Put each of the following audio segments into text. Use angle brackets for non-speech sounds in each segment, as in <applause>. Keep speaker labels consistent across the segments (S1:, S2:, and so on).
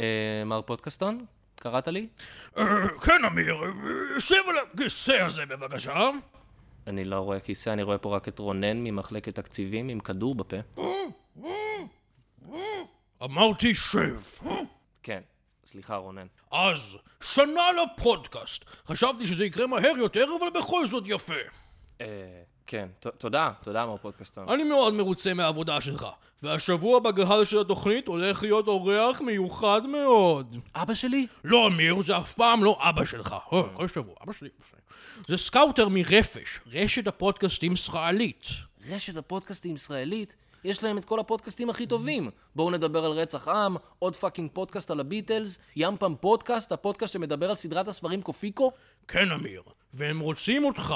S1: אה, מר פודקאסטון, קראת לי?
S2: אה, כן, אמיר, אה, שב על הכיסא הזה בבקשה.
S1: אני לא רואה כיסא, אני רואה פה רק את רונן ממחלקת תקציבים עם כדור בפה.
S2: אמרתי שב.
S1: כן, סליחה רונן.
S2: אז, שנה לפודקאסט. חשבתי שזה יקרה מהר יותר, אבל בכל זאת יפה.
S1: אה, כן, ת- תודה, תודה מר פודקאסטון.
S2: אני מאוד מרוצה מהעבודה שלך, והשבוע בגהל של התוכנית הולך להיות אורח מיוחד מאוד.
S1: אבא שלי?
S2: לא, אמיר, זה אף פעם לא אבא שלך. אה, כל שבוע, אבא שלי. אבא שלי. זה סקאוטר מרפש, רשת הפודקאסטים ישראלית.
S1: רשת הפודקאסטים ישראלית, יש להם את כל הפודקאסטים הכי טובים. בואו נדבר על רצח עם, עוד פאקינג פודקאסט על הביטלס, ים פעם פודקאסט, הפודקאסט שמדבר על סדרת הספרים קופיקו.
S2: כן, אמיר, והם רוצים אותך.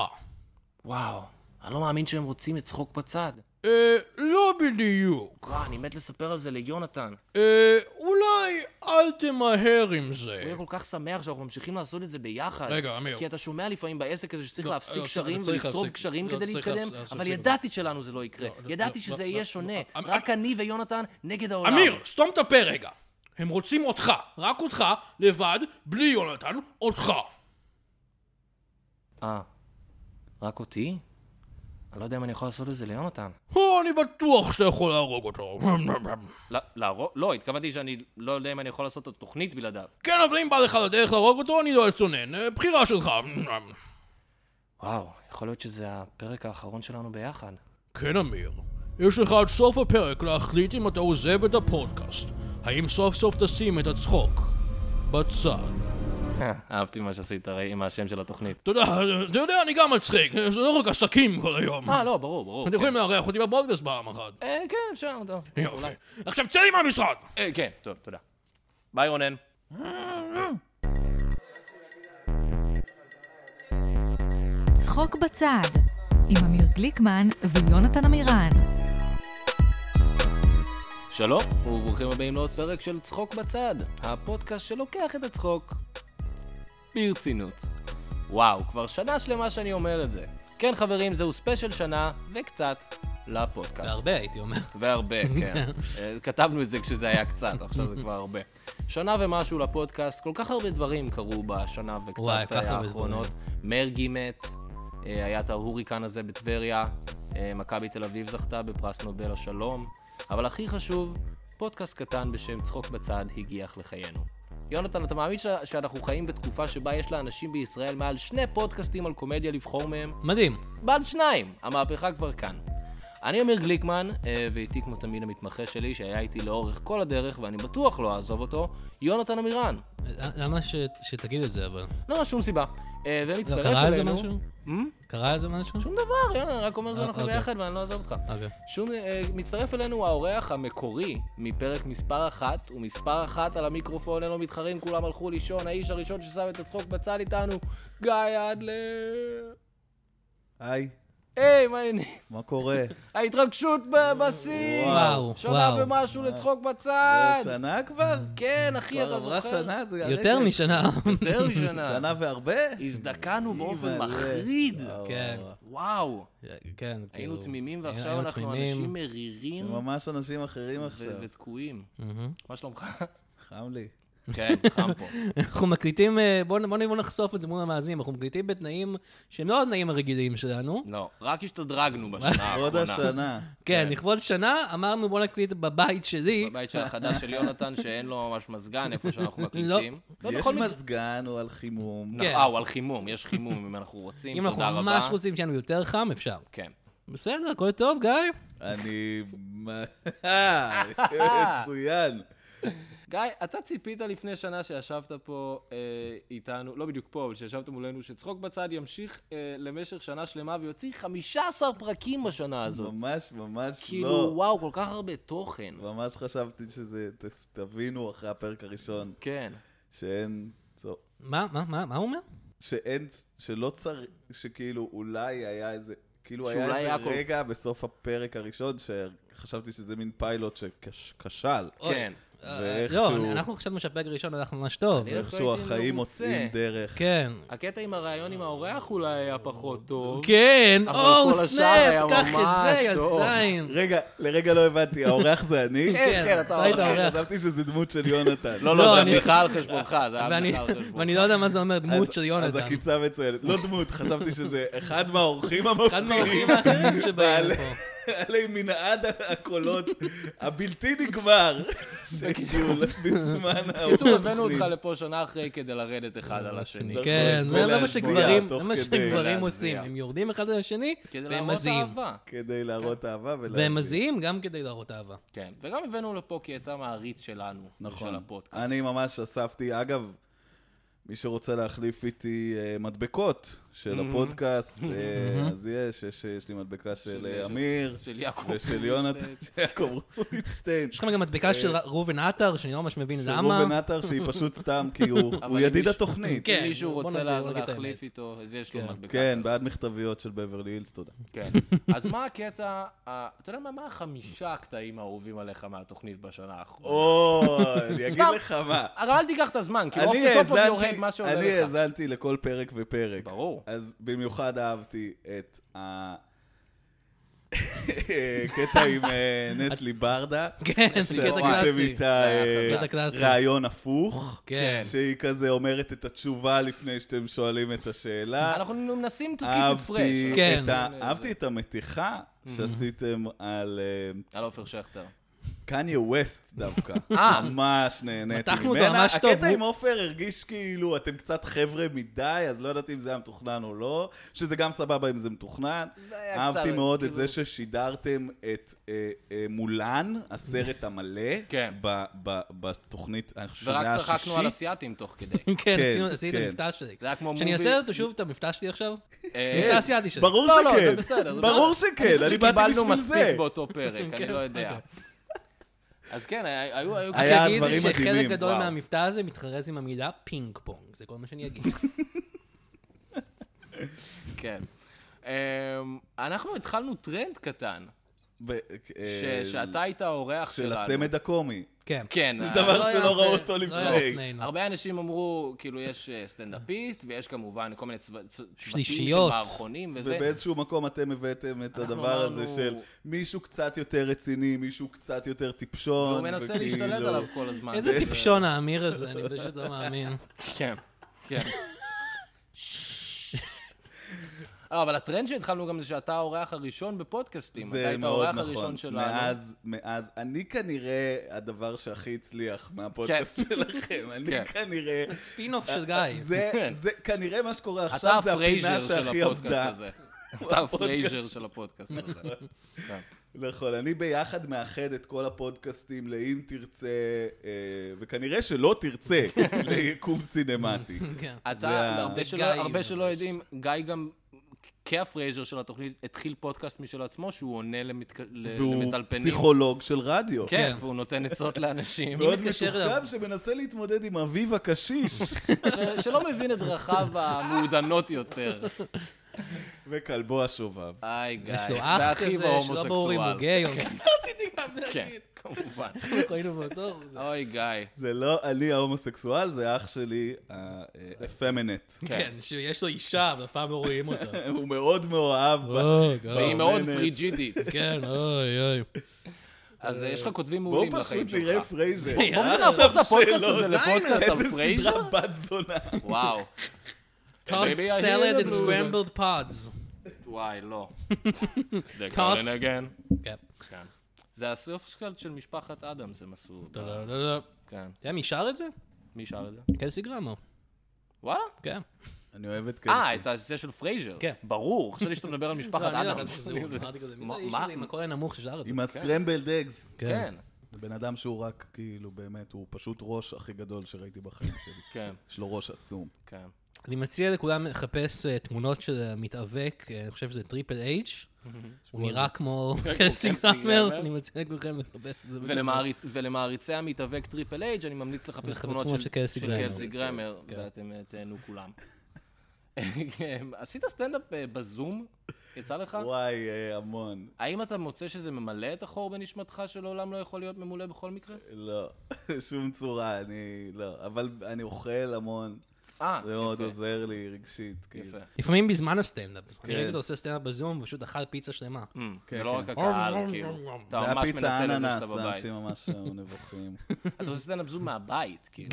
S1: וואו, אני לא מאמין שהם רוצים את צחוק בצד.
S2: אה, לא בדיוק.
S1: וואו, אני מת לספר על זה ליונתן.
S2: אה, אולי אל תמהר עם
S1: הוא
S2: זה.
S1: יהיה כל כך שמח שאנחנו ממשיכים לעשות את זה ביחד.
S2: אוקיי. רגע, אמיר.
S1: כי אתה שומע לפעמים בעסק הזה שצריך
S2: לא,
S1: להפסיק
S2: לא,
S1: קשרים
S2: צריך
S1: ולשרוב
S2: להפסיק.
S1: קשרים
S2: לא,
S1: כדי
S2: צריך
S1: להתקדם,
S2: להפסיק.
S1: אבל ידעתי שלנו זה לא יקרה.
S2: לא,
S1: ידעתי
S2: לא,
S1: שזה
S2: לא,
S1: יהיה
S2: לא,
S1: שונה.
S2: לא. אמ-
S1: רק אני ויונתן נגד העולם.
S2: אמיר, סתום את הפה רגע. הם רוצים אותך, רק אותך, לבד, בלי יונתן, אותך.
S1: אה, רק אותי? אני לא יודע אם אני יכול לעשות את זה ליונתן.
S2: או, אני בטוח שאתה יכול להרוג אותו.
S1: לא, להרוג- לא, התכוונתי שאני לא יודע אם אני יכול לעשות את התוכנית בלעדיו.
S2: כן, אבל אם בא לך לדרך להרוג אותו, אני לא אצונן. אה, בחירה שלך.
S1: וואו, יכול להיות שזה הפרק האחרון שלנו ביחד.
S2: כן, אמיר. יש לך עד סוף הפרק להחליט אם אתה עוזב את הפודקאסט. האם סוף סוף תשים את הצחוק בצד.
S1: <laughs> אהבתי מה שעשית הרי עם השם של התוכנית.
S2: אתה יודע, אתה יודע, אני גם מצחיק. זה לא רק עסקים כל היום.
S1: אה, לא, ברור, ברור.
S2: אתם יכולים לארח אותי בפודקאסט פעם אחת.
S1: אה, כן, אפשר, טוב.
S2: יופי.
S1: אולי.
S2: עכשיו צא לי מהמשרד!
S1: אה, כן, טוב, תודה. ביי רונן.
S3: צחוק בצד, עם אמיר גליקמן ויונתן עמירן.
S1: שלום, וברוכים הבאים לעוד פרק של צחוק בצד, הפודקאסט שלוקח את הצחוק ברצינות. וואו, כבר שנה שלמה שאני אומר את זה. כן חברים, זהו ספיישל שנה וקצת לפודקאסט.
S4: והרבה הייתי אומר. <laughs>
S1: והרבה, כן. אה, כתבנו את זה כשזה היה קצת, עכשיו זה כבר הרבה. שנה ומשהו לפודקאסט, כל כך הרבה דברים קרו בשנה
S4: וואי,
S1: וקצת
S4: כל כך הרבה
S1: האחרונות. מרגי מת, אה, היה את ההוריקן הזה בטבריה, אה, מכבי תל אביב זכתה בפרס נובל השלום, אבל הכי חשוב, פודקאסט קטן בשם צחוק בצד הגיח לחיינו. יונתן, אתה מאמין ש- שאנחנו חיים בתקופה שבה יש לאנשים בישראל מעל שני פודקאסטים על קומדיה לבחור מהם?
S4: מדהים.
S1: בעד שניים, המהפכה כבר כאן. אני אמיר גליקמן, אה, ואיתי כמו תמיד המתמחה שלי, שהיה איתי לאורך כל הדרך, ואני בטוח לא אעזוב אותו, יונתן עמירן.
S4: למה ש- שתגיד את זה אבל?
S1: לא, שום סיבה. אה, ומצטרף אלינו...
S4: לא, קרה איזה משהו?
S1: Hmm?
S4: קרה איזה משהו?
S1: שום דבר, יונתן, אני רק אומר
S4: אה,
S1: שאנחנו
S4: אוקיי.
S1: ביחד ואני לא אעזוב אותך.
S4: אוקיי.
S1: שום... אה, מצטרף אלינו האורח המקורי מפרק מספר אחת, ומספר אחת על המיקרופון, אין לו מתחרים, כולם הלכו לישון, האיש הראשון ששם את הצחוק בצד איתנו, גיא אדלר.
S5: היי,
S1: היי, מה העניינים?
S5: מה
S1: <laughs>
S5: קורה?
S1: ההתרגשות בבסיס!
S4: וואו,
S1: שנה
S4: וואו.
S1: ומשהו לצחוק
S5: זה
S1: בצד!
S5: לא, שנה כבר?
S1: כן, אחי,
S5: כבר
S1: אה, אתה
S5: עברה
S1: זוכר?
S5: שנה? זה הרגע.
S4: יותר משנה. <laughs>
S1: יותר משנה.
S5: שנה והרבה?
S1: הזדקנו באופן
S5: אימא'לה.
S1: מחריד.
S5: וואו,
S4: כן.
S5: וואו.
S1: וואו,
S4: כן, כאילו...
S1: היינו תמימים
S4: היינו-
S1: ועכשיו
S4: היינו
S1: אנחנו
S4: תמימים.
S1: אנשים מרירים
S5: זה ממש אנשים אחרים
S1: ו-
S5: עכשיו.
S1: ותקועים.
S4: מהמם.
S1: מה שלומך? <laughs>
S5: חם לי.
S1: כן, חם פה.
S4: אנחנו מקליטים, אה, בואו בואו בואו נחשוף את זה מול המאזינים, אנחנו מקליטים בתנאים שהם לא התנאים הרגילים שלנו.
S1: לא, רק השתדרגנו בשנה
S5: <laughs> עוד
S1: האחרונה.
S5: השנה.
S4: כן, לכבוד שנה אמרנו בואו נקליט בבית שלי.
S1: בבית של החדש של יונתן, שאין לו ממש מזגן, איפה שאנחנו מקליטים. לא,
S5: יש
S1: בכל מקרה-
S5: מזגן, הוא על חימום.
S1: לא,
S4: כן.
S1: אה, הוא על חימום, יש חימום אם אנחנו רוצים,
S4: אם
S1: תודה
S4: אנחנו
S1: רבה.
S4: ממש רוצים שיהיה לנו יותר חם, אפשר.
S1: כן.
S4: בסדר, הכל טוב, גיא?
S5: אני...
S1: <laughs>
S5: אה, מצוין.
S1: גיא, אתה ציפית לפני שנה שישבת פה אה, איתנו, לא בדיוק פה, אבל שישבת מולנו, שצחוק בצד ימשיך אה, למשך שנה שלמה ויוציא 15 פרקים בשנה הזאת.
S5: ממש ממש
S1: כאילו,
S5: לא.
S1: וואו, כל כך הרבה תוכן.
S5: ממש חשבתי שזה... ת- תבינו אחרי הפרק הראשון,
S1: כן.
S5: שאין... צו-
S4: מה, מה, מה, מה הוא אומר?
S5: שאין, שלא צריך, שכאילו אולי היה איזה, כאילו
S1: שאולי
S5: היה איזה
S1: היה כל-
S5: רגע בסוף הפרק הראשון שחשבתי שזה מין פיילוט שכשל.
S1: כן.
S5: ואיכשהו...
S4: לא, אנחנו חשבנו שהפג הראשון הלך ממש
S5: <laughs>
S4: טוב.
S1: אני-
S5: ואיכשהו
S1: הייתי
S5: החיים
S1: מרוצה.
S5: מוצאים דרך.
S4: כן.
S1: הקטע עם הרעיון עם האורח אולי היה פחות טוב.
S4: כן,
S1: אבל
S4: או,
S1: כל השאר היה
S4: סנאפ, קח את זה,
S1: ממש טוב.
S4: יא
S5: <laughs>
S4: זין.
S5: רגע, לרגע לא הבנתי, האורח זה אני?
S1: כן, כן, אתה
S4: אתה היית
S1: האורח.
S4: אורח.
S5: חשבתי שזה דמות של יונתן.
S1: לא,
S4: לא,
S1: לא, זה
S4: אני-
S1: בדיחה על חשבונך, זה היה
S4: ואני-
S1: בדיחה על
S5: <laughs>
S1: חשבונך.
S4: ואני לא יודע מה זה אומר,
S5: אז-
S4: דמות של
S5: אז
S4: יונתן.
S5: הקיצה מצוינת. לא דמות, חשבתי שזה אחד מהאורחים
S4: אחד
S5: המפתיעים. <laughs>
S4: מהאורחים האחרים
S5: בעל-
S4: שבאים
S5: <laughs>
S4: פה.
S5: עלי מנעד הקולות הבלתי נגמר שהגיעו בזמן
S1: בקיצור, הבאנו אותך לפה שנה אחרי כדי לרדת אחד על השני.
S5: כן.
S4: כן,
S5: כל
S4: זה זה מה
S5: להזיע,
S4: שגברים,
S5: תוך
S4: זה מה
S5: כדי
S4: שגברים
S1: להזיע.
S4: עושים. הם יורדים אחד על השני,
S1: כדי
S4: והם
S1: להראות
S4: מזיעים.
S1: אהבה.
S5: כדי להראות אהבה ולהזיע.
S4: והם מזיעים גם כדי להראות אהבה.
S1: כן, וגם הבאנו לפה כי הייתה מעריץ שלנו. של
S5: נכון.
S1: הפודקאסט.
S5: אני ממש אספתי, אגב, מי שרוצה להחליף איתי אה, מדבקות של הפודקאסט, אה, אז יש, יש- יש לי מדבקה של אה, אמיר
S1: של יעקב. כן,
S5: ושל יונתן, של יעקב רובינשטיין.
S4: יש לכם גם מדבקה של ראובן עטר, שאני לא ממש מבין
S5: אה, של רובן
S4: למה.
S5: עטר שהיא פשוט סתם, כי הוא
S1: אבל
S5: הוא
S1: אם
S5: ידיד
S1: מישהו-
S5: התוכנית.
S1: אם
S4: כן,
S1: מישהו
S4: בוא
S1: רוצה
S4: נגיד-
S1: לה-
S4: בוא נגיד את
S1: להחליף
S4: האמת.
S1: איתו, אז יש לו
S4: כן.
S1: מדבקה.
S5: כן, בעד מכתביות של בברלי הילס, תודה. <laughs>
S1: כן. אז מה הקטע, ה- אתה יודע מה, מה החמישה הקטעים האהובים עליך מהתוכנית בשנה האחרונה?
S5: או, אני אגיד
S1: סתם.
S5: לך מה.
S1: אבל אל תיקח את הזמן, כי אוף
S5: אני
S1: הטופ עוד
S5: האזנתי-
S1: יורד מה שעולה לך.
S5: אני האזנתי לכל פרק ופרק.
S1: ברור.
S5: אז במיוחד אהבתי את הקטע עם אה, נסלי ברדה. <laughs>
S4: כן, זה קטע
S5: שעשיתם
S4: קלאסי.
S5: איתה
S1: זה
S5: אה,
S4: קטע קלאסי.
S5: רעיון הפוך.
S4: כן.
S5: שהיא כזה אומרת את התשובה לפני שאתם שואלים את השאלה.
S1: אנחנו מנסים to keep it
S5: אהבתי
S1: fresh. אוקיי?
S4: כן.
S5: את ה- אהבתי את המתיחה שעשיתם על אה,
S1: על עופר שכטר.
S5: קניה ווסט דווקא.
S1: <laughs> אה.
S5: ממש נהניתי
S4: מתחנו אותו
S5: ממנה.
S4: ממש טוב,
S5: הקטע
S4: הוא-
S5: עם עופר הרגיש כאילו אתם קצת חבר'ה מדי, אז לא ידעתי אם זה היה מתוכנן או לא, שזה גם סבבה אם זה מתוכנן.
S1: זה היה
S5: אהבתי
S1: קצת,
S5: מאוד את
S1: כאילו-
S5: זה ששידרתם את אה, אה, מולן, הסרט המלא,
S1: כן.
S5: ב- ב- בתוכנית, אני חושב שזה
S1: ורק
S5: היה
S1: צחקנו על
S5: השישית.
S1: אסיאתים תוך כדי.
S4: כן,
S5: כן,
S4: עשינו- עשיתי את
S5: כן.
S4: המבטא שלי.
S1: זה היה כמו
S4: שאני
S1: מובי-
S4: אעשה אותו שוב, את המבטא שלי עכשיו?
S1: אה,
S4: מבטא אסיאתי שלי.
S5: כן. ברור
S1: לא,
S5: שכן.
S1: לא, זה בסדר, זה
S5: ברור
S1: בסדר.
S5: שכן, אני באתי
S1: קיבלנו
S5: בשביל
S1: מספיק
S5: זה.
S1: באותו
S4: כן.
S1: פרק, אני לא יודע.
S4: אוקיי.
S1: אז כן, היה- היו... היו-
S5: היה
S4: רק אגיד
S5: דברים מדהימים,
S4: שחלק גדול
S1: וואו.
S4: מהמבטא הזה מתחרז עם המילה פינג פונג, זה כל מה שאני אגיד.
S1: כן. אמ, אנחנו התחלנו טרנד קטן,
S5: ב-
S1: ש-
S5: אה,
S1: שאתה היית האורח
S5: של
S1: שלנו.
S5: הצמד הקומי.
S4: כן.
S1: כן.
S5: זה
S1: ה-
S5: דבר
S4: לא היה
S5: שלא ראו
S4: הרבה-
S5: אותו
S4: לא היה
S5: לפני.
S4: לפנינו.
S1: הרבה אנשים אמרו, כאילו, יש אה, סטנדאפיסט, ויש כמובן כל מיני צוו- צו- צוותים של
S4: שלישיות.
S1: מערכונים וזה.
S5: ובאיזשהו מקום אתם הבאתם את
S1: אנחנו
S5: הדבר הזה
S1: אמרנו-
S5: של מישהו קצת יותר רציני, מישהו קצת יותר טיפשון.
S1: והוא מנסה
S5: וכאילו-
S1: להשתלט עליו כל הזמן.
S4: איזה
S1: זה-
S4: טיפשון האמיר הזה, אני פשוט לא מאמין.
S1: כן, כן. לא, אבל הטרנד שהתחלנו גם זה שאתה האורח הראשון בפודקאסטים. אתה
S5: זה
S1: היית
S5: מאוד
S1: האורח
S5: נכון.
S1: הראשון שלנו.
S5: מאז, מאז, אני כנראה הדבר שהכי הצליח מהפודקאסט שלכם. אני
S1: כן.
S5: כנראה...
S4: פינוף של גיא.
S5: זה,
S1: כן.
S5: זה, כנראה מה שקורה
S1: אתה
S5: עכשיו זה
S1: הפרייזר
S5: הפינה
S1: של
S5: שהכי
S1: הפודקאסט
S5: עבדה.
S1: הזה.
S5: <laughs>
S1: אתה הפרייזר של הפודקאסט הזה. כן.
S5: נכון, אני ביחד מאחד את כל הפודקאסטים לאם תרצה, אה, וכנראה שלא
S1: <laughs>
S5: תרצה, ליקום סינמטי.
S4: כן.
S1: אתה,
S5: ה-
S1: הרבה
S5: זה
S1: שלא-
S4: גיא
S1: הרבה שלא
S4: מבקש.
S1: יודעים, גיא גם, כהפרייזר של התוכנית, התחיל פודקאסט משל עצמו, שהוא עונה למתק- ל-
S5: והוא
S1: למטלפנים.
S5: פסיכולוג של רדיו.
S1: כן, והוא נותן
S5: <laughs>
S1: עצות לאנשים.
S5: מאוד
S4: מתקשר
S5: מתוחכם
S4: אליו.
S5: שמנסה להתמודד עם אביו
S1: <laughs>
S5: הקשיש.
S1: ש- שלא מבין את דרכיו המעודנות יותר.
S5: וכלבו השובב.
S1: היי, גיא.
S4: יש לו אח
S1: ואחיו
S4: כזה, שלא ברור אם
S1: <laughs>
S4: הוא
S1: ההומוסקסואל.
S4: גיי או כן. לא. רציתי גם
S1: כן,
S4: <laughs> להגיד.
S1: כמובן.
S4: אנחנו היינו <laughs> באותו... זה-
S1: אוי, גיא.
S5: זה לא אני ההומוסקסואל, זה אח שלי, האפמנט.
S1: כן.
S4: כן, שיש לו אישה, והפעם לא רואים אותה.
S5: <laughs> הוא מאוד מאוהב בה.
S4: אוי, גיא.
S1: והיא מאוד
S5: באמת.
S1: פריג'ידית.
S4: לא, <laughs> כן, אוי, אוי.
S1: אז אה, יש לך כותבים
S5: בואו
S1: מעולים
S5: פשוט
S1: בחיים שלך.
S5: נראה פרייזר. <laughs> לא,
S1: בואו
S4: <laughs>
S1: נהפוך את הפודקאסט הזה לפודקאסט על
S5: איזה
S1: פרייזר?
S5: סדרה בת זונה. <laughs>
S1: וואו.
S4: טוס
S1: Maybe I hear
S4: סלד
S1: the
S4: and
S1: blues.
S4: scrambled pods.
S1: וואי,
S4: <laughs>
S1: לא. They're
S4: Toss.
S1: calling again.
S4: כן.
S1: כן. זה הסוף של- של משפחת אדמס, הם עשו.
S4: לא, לא, לא, לא.
S1: כן.
S4: אתה יודע מי שר את זה?
S1: מי שר את זה?
S4: קלסי גרמו.
S1: וואלה.
S4: כן.
S5: אני אוהב את
S1: אה,
S5: קלסי.
S1: את הזה של פרייזר.
S4: כן.
S1: ברור. חשבתי שאתה מדבר על משפחת
S4: <laughs> לא, אני לא ידעתי
S1: אדמס.
S4: שזה
S1: <laughs>
S4: הוא, אמרתי כזה, מי זה האיש
S1: מה-
S4: הזה עם הקול הנמוך ששר את זה?
S5: עם הסקרמבלד אגז.
S1: כן,
S5: זה בן אדם שהוא רק, כאילו, באמת, הוא פשוט ראש הכי גדול שראיתי בחיים שלי.
S1: כן,
S5: יש לו ראש עצום.
S1: כן.
S4: אני מציע לכולם לחפש אה, תמונות של המתאבק, אה, אני חושב שזה טריפל אייג'. הוא נראה
S2: <laughs>
S4: כמו קלסי
S1: קלסי
S4: גרמר,
S1: גרמר.
S4: אני מציע לכולכם לחפש את זה.
S1: ולמעריצ- ולמעריצי המתאבק טריפל אייג' אני ממליץ לחפש
S4: לחפש
S1: תמונות
S4: תמונות
S1: של
S4: של קלסי
S1: של
S4: גרמר.
S1: קלסי גרמר, ואתם אה, תהנו כולם. כן, עשית סטנדאפ אה, בזום? יצא לך?
S5: וואי, אה, המון.
S1: האם אתה מוצא שזה ממלא את החור בנשמתך שלעולם לא יכול להיות ממולא בכל מקרה?
S5: לא, <laughs> שום צורה, אני לא. אבל אני אוכל המון,
S1: אה,
S5: זה מאוד
S1: יפה,
S5: עוזר לי רגשית. כאילו.
S1: יפה.
S2: לפעמים בזמן הסטנדאפ. אני
S5: כן.
S2: ראיתי אותו עושה סטנדאפ בזום, פשוט אכל פיצה שלמה.
S1: אמ,
S5: כן,
S1: זה לא
S5: כן.
S1: רק הקהל, כאילו. אתה
S5: זה
S1: ממש מנצל
S5: הפיצה
S1: את זה שאתה
S5: אננס,
S1: בבית.
S5: אנשים
S1: <laughs>
S5: ממש היו נבוכים.
S1: אתה עושה סטנדאפ זום מהבית, כאילו.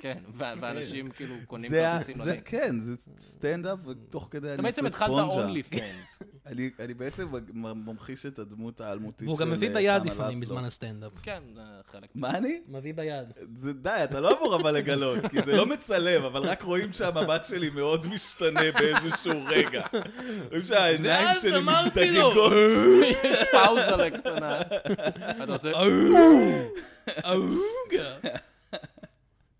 S1: כן, ו- ואנשים כאילו קונים
S5: זה, ה-
S1: כרטיסים
S5: זה
S1: לזה.
S5: כן, זה סטנדאפ, ותוך כדי
S1: אתה
S5: אני
S1: בעצם
S5: עושה
S1: התחלת
S5: ספונג'ה.
S1: אונלי פרנס.
S5: אני, אני בעצם מ- ממחיש את הדמות האלמותית של
S2: והוא גם מביא
S5: אה,
S2: ביד
S5: חנה
S2: לפעמים
S5: לסלו.
S2: בזמן הסטנדאפ.
S1: כן, זה חלק.
S5: מה אני?
S2: מביא ביד.
S5: זה די, אתה לא אמור אבל לגלות, כי זה לא מצלם, אבל רק רואים שהמבט שלי מאוד משתנה באיזשהו רגע.
S2: <laughs>
S5: רואים שהעיניים
S2: ואז
S5: שלי
S2: אמרתי לו.
S5: מסתגגות.
S1: יש פאוזה לקטנה. אתה עושה
S2: אה. אהוגה.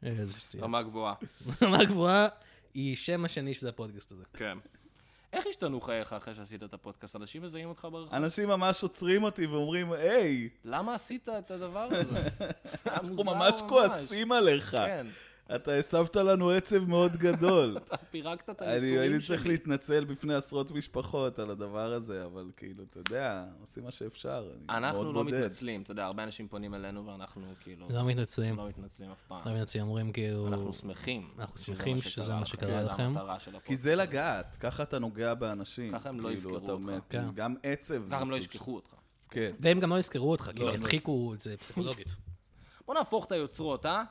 S2: איזה שטויה.
S1: רמה גבוהה.
S2: <laughs> רמה גבוהה היא שם השני של הפודקאסט הזה.
S1: כן. איך השתנו חייך אחרי שעשית את הפודקאסט? אנשים מזהים אותך ברחוב?
S5: אנשים ממש עוצרים אותי ואומרים, היי,
S1: למה עשית את הדבר הזה? זה היה
S5: <laughs> אנחנו
S1: מוזר
S5: ממש כועסים עליך.
S1: כן,
S5: אתה הסבת לנו עצב מאוד גדול.
S1: <laughs> אתה פירקת את
S5: אני הייתי
S1: הניסויים
S5: צריך
S1: שלי.
S5: להתנצל בפני עשרות משפחות על הדבר הזה, אבל כאילו, אתה יודע, עושים מה שאפשר. אני
S1: אנחנו
S5: מאוד
S1: לא
S5: בודד.
S1: מתנצלים, אתה יודע, הרבה אנשים פונים אלינו ואנחנו כאילו
S2: לא מתנצלים.
S1: לא מתנצלים אף פעם.
S2: לא מתנצלים, אומרים כאילו...
S1: אנחנו שמחים.
S2: אנחנו
S1: שזה
S2: שמחים
S1: מה
S2: שזה
S1: שקרה
S2: מה שקרה
S1: זה
S2: לכם.
S1: המטרה של
S5: כי
S1: הפודקאסט.
S5: זה לגעת, ככה אתה נוגע באנשים.
S1: ככה הם לא
S5: כאילו,
S1: יזכרו
S5: אתה
S1: אותך.
S5: מת-
S2: כן.
S5: גם עצב. זה
S1: ככה הם לא
S5: סוג
S1: ישכחו אותך.
S5: של- כן.
S2: והם גם לא יזכרו אותך, כאילו,
S1: הם לא
S2: ידחיקו את זה פסיכולוגית.
S1: בוא נהפוך את היוצרות, אה?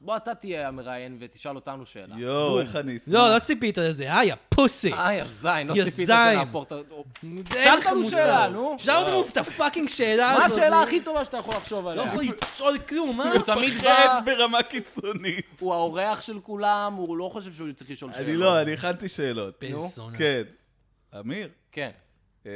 S1: בוא אתה תהיה המראיין ותשאל אותנו שאלה.
S5: יואו, איך אני אשמח.
S2: לא, לא ציפית לזה, אה, יא פוסי.
S1: אה, יא זין, לא
S2: יא
S1: ציפית
S2: זין.
S1: שנהפוך את ה...
S2: אין
S1: שאל
S2: לך
S1: אותנו
S2: מושג.
S1: שאלה, נו.
S2: שאל אותנו את הפאקינג שאלה
S1: מה
S2: הזאת.
S1: השאלה הכי טובה שאתה יכול לחשוב
S2: לא
S1: עליה?
S2: יכול לשאול כלום, מה?
S1: הוא תמיד בא,
S5: חטא ברמה קיצונית.
S1: הוא האורח של כולם, הוא לא חושב שהוא צריך לשאול שאלות.
S5: אני לא, אני הכנתי שאלות.
S1: נו.
S2: בזונה.
S5: כן. אמיר,
S1: כן.
S5: אה,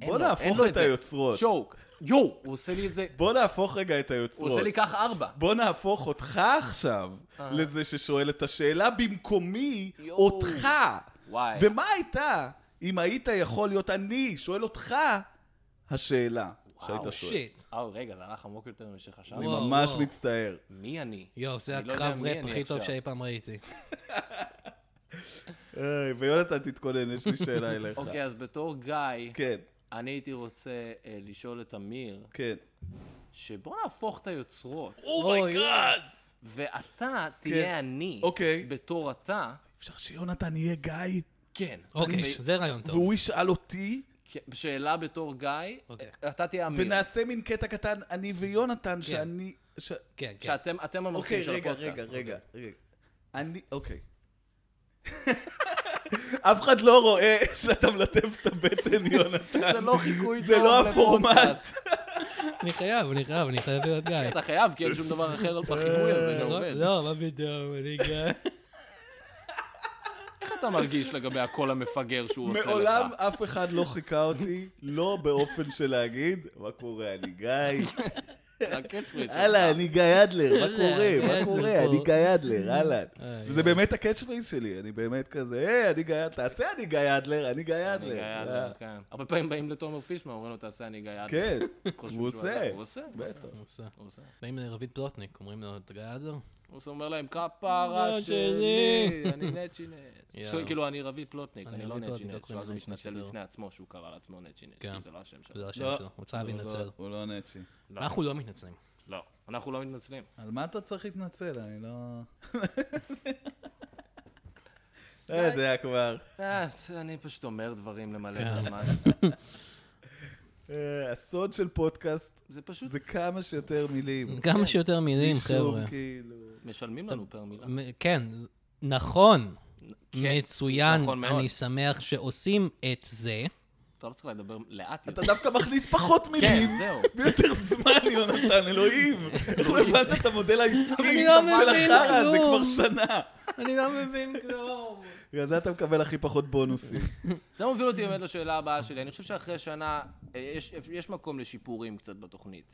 S1: אין
S5: בוא
S1: לו, אין
S5: נהפוך
S1: לו
S5: את
S1: זה.
S5: היוצרות.
S1: שוק. יואו, הוא עושה לי את זה,
S5: בוא נהפוך רגע את
S1: הוא
S5: היוצרות.
S1: עושה לי כך ארבע.
S5: בוא נהפוך אותך עכשיו לזה ששואל את השאלה במקומי
S1: יואו.
S5: אותך.
S1: וואי.
S5: ומה הייתה אם היית יכול להיות אני שואל אותך השאלה שהיית
S1: וואו,
S5: שואל?
S2: שיט.
S1: אה, רגע, זה הלך עמוק יותר ממה שחשבתי.
S5: אני
S2: וואו,
S5: ממש
S2: וואו.
S5: מצטער.
S1: מי אני?
S2: יואו, זה
S1: אני לא יודע
S2: הקרב
S1: מי
S2: ראפ
S1: אני
S2: הכי טוב
S1: עכשיו.
S2: שאי פעם ראיתי.
S5: היי, ויונתן, תתכונן, יש לי
S1: <laughs>
S5: שאלה אליך.
S1: אוקיי, אז בתור גיא,
S5: כן,
S1: אני הייתי רוצה אה, לשאול את אמיר,
S5: כן.
S1: שבוא נהפוך את היוצרות,
S2: אומייגאד!
S1: ואתה תהיה אני,
S5: אוקיי.
S1: בתור אתה,
S5: אפשר שיונתן יהיה גיא,
S1: כן.
S2: אוקיי,
S1: ו-
S2: זה רעיון טוב.
S5: והוא ישאל אותי,
S1: כן, שאלה בתור גיא,
S2: אוקיי.
S1: אה, אתה תהיה אמיר.
S5: ונעשה מין קטע קטן, אני ויונתן, שאני... ש-
S2: כן, כן.
S1: שאתם אתם המנחים
S5: אוקיי,
S1: של
S5: רגע,
S1: הפודקאסט.
S5: רגע,
S1: אוקיי.
S5: רגע, רגע. אני, אוקיי. <laughs> אף אחד לא רואה שאתה מלטף את הבטן, יונתן.
S1: <laughs> זה לא חיקוי
S5: זה
S1: טוב
S5: לא
S1: לפודקאסט.
S5: הפורמט.
S2: אני חייב, אני חייב, אני חייב להיות גיא.
S1: אתה חייב, כי אין שום דבר אחר בחיקוי הזה
S2: לא,
S1: שעובד.
S2: לא, מה פתאום, אני גיא. <laughs>
S1: איך אתה מרגיש לגבי הקול המפגר שהוא עושה לך?
S5: <laughs> מעולם אף אחד לא חיכה אותי, לא באופן של להגיד, מה קורה, אני גיא?
S1: <laughs> זה הקטש פריז שלך.
S5: הלאה, אני גיא אדלר, מה קורה?
S2: אדלר
S5: מה קורה?
S2: פה.
S5: אני גיא
S1: <laughs>
S5: אדלר, אהלן.
S2: איי,
S5: וזה באמת הקאץ' פריז שלי, אני באמת כזה, היי, אני גיא אדלר, תעשה אני גיא אדלר, אני גיא
S1: אני גיא
S5: אדלר. אה,
S1: אדלר, כן. הרבה פעמים באים לתומר פישמן, אומרים לו, תעשה אני גיא אדלר. <laughs>
S5: כן,
S1: חושבים
S5: הוא
S1: שהוא אדלר.
S5: עושה.
S1: הוא עושה, הוא עושה,
S5: בטח.
S2: עושה.
S1: הוא עושה.
S2: באים
S4: אה,
S2: לרביד פלוטניק, אומרים לו, אתה גיא אדלר?
S1: הוא עושה, אומר להם, כפרה
S2: לא
S1: שלי, אני נצ'ינט.
S2: יואו.
S1: שהוא- כאילו, אני רביד פלוטניק,
S2: אני
S1: אני לא
S2: רביד פלוטניק, לא
S1: נצ'ינט.
S2: קוראים
S1: ואז הוא
S2: לי נצ'ינט,
S1: מתנצל
S2: לא.
S1: לפני עצמו שהוא קרא לעצמו נצ'ינט,
S2: כן.
S1: כי זה לא השם
S2: זה
S1: שלו.
S2: לא השם
S5: לא.
S2: שלו, הוא צריך להתנצל.
S5: הוא לא נצ'י.
S2: אנחנו לא מתנצלים.
S1: לא, אנחנו לא מתנצלים.
S5: על מה אתה צריך להתנצל? אני לא... לא יודע כבר.
S1: אה, אני פשוט אומר דברים למלא את
S2: כן.
S1: הזמן.
S5: אה, הסוד של פודקאסט
S1: זה פשוט,
S5: זה כמה שיותר מילים.
S2: כמה שיותר מילים,
S5: בלי שום,
S2: חבר'ה.
S5: כאילו...
S1: משלמים לנו פר מילה.
S2: מ- כן, נכון.
S1: כן,
S2: מצוין,
S1: נכון מאוד.
S2: אני שמח שעושים את זה.
S1: אתה לא צריך לדבר לאט
S5: אתה
S1: יותר.
S5: דווקא מכניס פחות מילים.
S1: כן, זהו.
S5: ביותר זמן, יונתן, אלוהים. איך לא הבנת את המודל העסקי
S2: אני לא
S5: של
S2: מבין
S5: החרא הזה
S2: כלום.
S5: כבר שנה.
S2: אני לא מבין כלום.
S5: בגלל זה אתה מקבל הכי פחות בונוסים.
S1: זה מוביל אותי באמת לשאלה הבאה שלי. אני חושב שאחרי שנה, אה, יש, יש מקום לשיפורים קצת בתוכנית.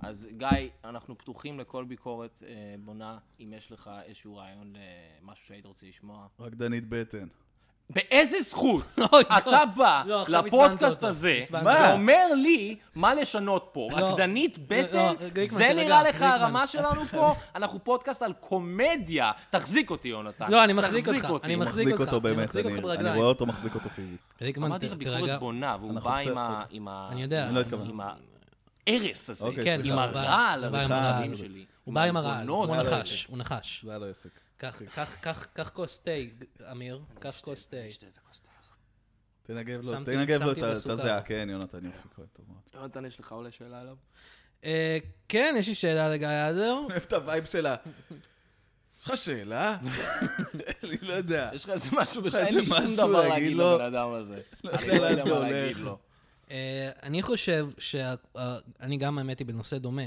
S1: אז גיא, אנחנו פתוחים לכל ביקורת אה, בונה, אם יש לך איזשהו רעיון למשהו שהיית רוצה לשמוע.
S5: רקדנית בטן.
S1: באיזה זכות
S2: <laughs> אוי,
S1: אתה בא
S2: לא, עכשיו
S1: לפודקאסט
S2: עצבנת אותו.
S1: הזה
S2: עצבנת.
S5: מה?
S1: ואומר לי מה לשנות פה?
S2: לא.
S1: רקדנית
S2: לא,
S1: בטן?
S2: גליקמן,
S1: זה
S2: תירגע,
S1: נראה לך
S2: גליקמן.
S1: הרמה שלנו פה? אנחנו פודקאסט על קומדיה. תחזיק אותי, יונתן.
S2: לא, אני מחזיק
S1: תחזיק
S2: אותך,
S1: אותי.
S2: אני מחזיק
S5: מחזיק
S2: אותך,
S5: אותו
S2: אני
S5: באמת,
S2: מחזיק אותך
S5: אני- אני
S2: ברגליים. כן,
S5: רואה אותו מחזיק אותו פיזית.
S2: גליקמן,
S1: אמרתי לך
S2: ת-
S1: ביקורת
S2: תירגע.
S1: בונה, והוא
S5: אנחנו
S1: בא
S5: בסדר.
S1: עם ה- עם ה...
S2: אני יודע.
S5: אני לא התכוונתי.
S1: עם ההרס הזה.
S5: אוקיי,
S2: כן,
S5: סליחה,
S1: עם
S5: סליחה.
S1: הרעל הזה
S5: סליחה,
S1: של החיים
S5: סליחה.
S1: שלי.
S2: הוא בא עם הרעל, הוא
S1: העלבונות האלה.
S2: נחש, הוא נחש.
S5: זה היה לו עסק.
S2: קח- קח- קח- קח כוס תה, אמיר, קח כוס תה.
S1: שתי דקות, <laughs> שתי דקות.
S5: תנגב לו,
S2: שמתי-
S5: תנגב לו
S2: שמתי
S5: את ה- את
S2: בסוכר.
S5: הזיעה, כן, יונתן, יופי, כל טוב. <laughs> מאוד.
S1: יונתן, יש לך אולי שאלה עליו?
S2: אה, כן, יש לי שאלה לגיא עזר.
S5: אני אוהב את הווייב שלה. יש לך
S1: <laughs>
S5: שאלה? אני לא יודע.
S1: יש לך
S5: <laughs>
S1: איזה משהו
S5: לך
S1: בש... אין
S5: איזה
S1: לי שום דבר
S5: משהו להגיד
S1: להגיד
S5: לו?
S1: לבן אדם
S5: <laughs>
S1: הזה. אני
S5: יודע
S1: לא
S5: לאן
S1: יודע
S5: זה
S1: מה
S5: הולך.
S1: להגיד לו.
S2: אה, אני חושב שה... אה, אני גם, האמת היא, בנושא דומה.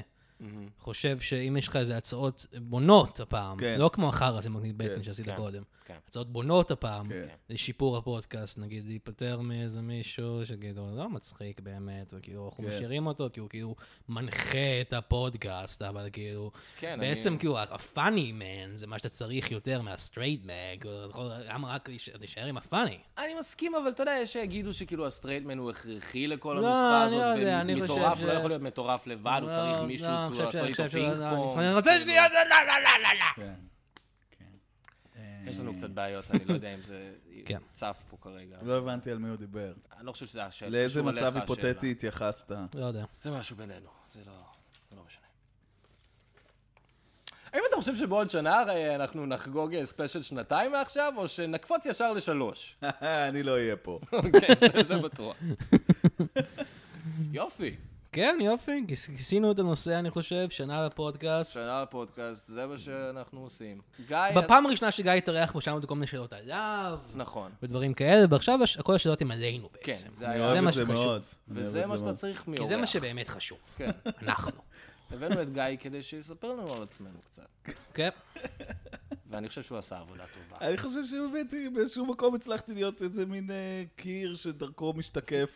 S2: חושב שאם יש לך איזה הצעות בונות הפעם,
S5: כן.
S2: לא כמו החרא זה מגניב בטן
S5: כן,
S2: שעשית
S1: כן,
S2: קודם,
S1: כן.
S2: הצעות בונות הפעם,
S5: כן.
S2: לשיפור הפודקאסט, נגיד להיפטר מאיזה מישהו שכאילו לא מצחיק באמת, וכאילו אנחנו
S5: כן.
S2: משאירים אותו, כי הוא כאילו מנחה את הפודקאסט, אבל כאילו,
S1: כן,
S2: בעצם
S1: אני-
S2: כאילו הפאני מן זה מה שאתה צריך יותר מהסטרייט מן, כאילו, אתה יכול- למה רק להיש- להישאר עם הפאני?
S1: אני מסכים, אבל אתה יודע, יש שיגידו שכאילו הסטרייטמן הוא הכרחי לכל
S2: לא,
S1: הנוסחה
S2: אני
S1: הזאת,
S2: לא יודע, אני חושב
S1: ומטורף,
S2: ש-
S1: לא יכול להיות מטורף לבד, הוא צריך
S2: לא,
S1: מישהו,
S2: לא,
S1: הוא
S2: אני חושב
S1: לעשות
S2: ש-
S1: איתו
S2: אני חושב
S1: פינג
S2: ש- לא,
S1: פונג. כן,
S2: אני רוצה שנייה, לא, לא, לא, לא, לא, לא.
S5: כן.
S1: יש לנו קצת בעיות, אני לא יודע אם זה
S2: כן.
S1: צף פה כרגע.
S5: לא הבנתי על מי הוא דיבר.
S1: אני לא חושב שזה השאלה.
S5: לאיזה
S1: קשור
S5: מצב
S1: אליך,
S5: היפותטי התייחסת? <laughs>
S2: לא יודע.
S1: השאלה. זה משהו בינינו, זה לא זה לא משנה. האם אתה חושב שבעוד שנה אה, אנחנו נחגוג אה, ספיישל שנתיים מעכשיו, או שנקפוץ ישר לשלוש? <laughs>
S5: אני לא אהיה פה.
S1: כן, זה- זה בטוח. יופי.
S2: כן, יופי, כיס- כיסינו את הנושא, אני חושב, שנה לפודקאסט.
S1: שנה לפודקאסט, זה מה שאנחנו עושים. גיא...
S2: בפעם הראשונה שגיא התארח פה, שאלנו אותו כל מיני שאלות עליו,
S1: נכון.
S2: ודברים כאלה, ועכשיו הש- כל השאלות הן עלינו
S1: כן,
S2: בעצם.
S1: זה
S5: אני
S1: היה...
S5: אוהב
S2: מה
S5: את זה
S2: שחשוב.
S5: מאוד. אני אוהב
S1: וזה
S5: את
S1: מה
S5: זה
S1: שאתה
S5: מאוד.
S1: צריך מאורח.
S2: כי זה מה שבאמת חשוב,
S1: כן.
S2: אנחנו.
S1: הבאנו את גיא כדי שיספר לנו על עצמנו קצת.
S2: כן?
S1: ואני חושב שהוא עשה עבודה טובה.
S5: אני חושב שבאמת באיזשהו מקום הצלחתי להיות איזה מין אה, קיר שדרכו משתקף.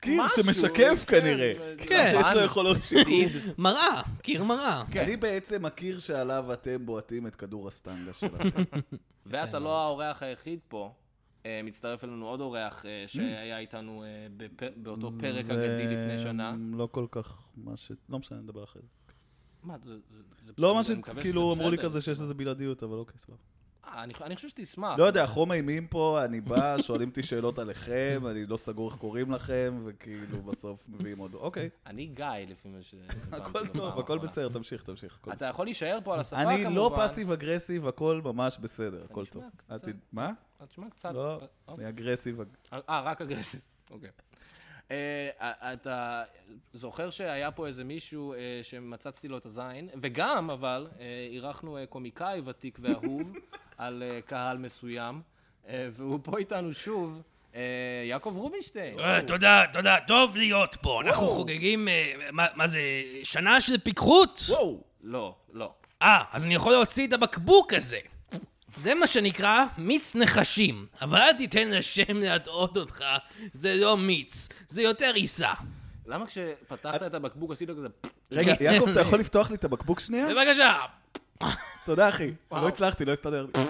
S5: קיר
S1: משהו,
S5: שמשקף
S1: כן,
S5: כנראה.
S1: זה-
S2: כן.
S5: <laughs> שיש לו יכולות שיקוף.
S2: מראה, קיר מראה.
S1: כן.
S5: אני בעצם הקיר שעליו אתם בועטים את כדור הסטנגה שלכם.
S1: ואתה
S5: כן,
S1: לא האורח היחיד פה. אה, מצטרף אלינו עוד אורח אה, שהיה איתנו אה, בפר- באותו פרק
S5: זה
S1: אגדי לפני שנה.
S5: לא כל כך מה ש... לא משנה, נדבר אחרי זה.
S1: מה, זה... זה- זה
S5: לא
S1: בסדר,
S5: מה
S1: אני מקווה
S5: שכאילו
S1: שזה
S5: אמרו לי
S1: בסדר.
S5: כזה שיש לזה בלעדיות, אבל אוקיי, סבבה.
S1: אה, אני אני חושב שתשמח.
S5: לא יודע, חום אימים פה, אני בא, שואלים אותי שאלות עליכם, אני לא סגור איך קוראים לכם, וכאילו בסוף מביאים עוד... אוקיי,
S1: אני גיא, לפי מה ש...
S5: <laughs> הכל טוב, הכל בסדר, תמשיך, תמשיך. הכל
S1: אתה
S5: בסדר.
S1: יכול להישאר פה על השפה כמובן.
S5: אני לא פאסיב אגרסיב, הכל ממש בסדר, הכל
S1: נשמע
S5: טוב.
S1: קצת-
S5: אל תד- מה?
S1: אתה תשמע קצת...
S5: לא,
S1: אוקיי.
S5: אני אגרסיב. אג-
S1: אה, רק אגרסיב. אוקיי. אה, אה, אתה זוכר שהיה פה איזה מישהו אה, שמצצתי לו את הזין, וגם, אבל, אה, אירחנו אה, קומיקאי ותיק ואהוב על אה, קהל מסוים, אה, והוא פה איתנו שוב, אה, יעקב רובינשטיין.
S2: אה, תודה, תודה, טוב להיות פה. אנחנו חוגגים, אה, מה זה, שנה של פיקחות?
S5: וואו!
S1: לא, לא.
S2: אה, אז אני יכול להוציא את הבקבוק הזה. זה מה שנקרא מיץ נחשים, אבל אל תיתן לשם להטעות אותך, זה לא מיץ, זה יותר עיסה.
S1: למה כשפתחת את הבקבוק עשית כזה... <laughs>
S5: רגע, יעקב, אתה יכול לפתוח לי את הבקבוק שנייה?
S2: בבקשה,
S5: תודה, אחי.
S1: וואו. אה.
S5: לא הצלחתי, לא הסתדר לי.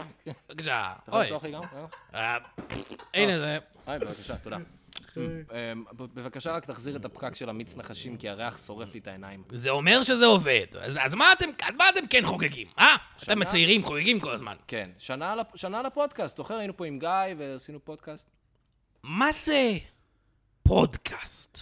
S2: בבקשה.
S1: אתה יכול
S2: אוי,
S1: לפתוח לי גם? אה?
S2: אה, הנה זה.
S1: היי, בבקשה, תודה. אמ, ב- בבקשה רק תחזיר את הפקק של המיץ נחשים, כי הריח שורף לי את העיניים.
S2: זה אומר שזה עובד. אז, אז מה, אתם, אז מה אתם כן חוגגים, אה?
S1: שנה?
S2: אתם מציירים, חוגגים כל הזמן.
S1: כן, שנה לפ- שנה לפודקאסט, זוכר? היינו פה עם גיא ועשינו פודקאסט.
S2: מה זה פודקאסט?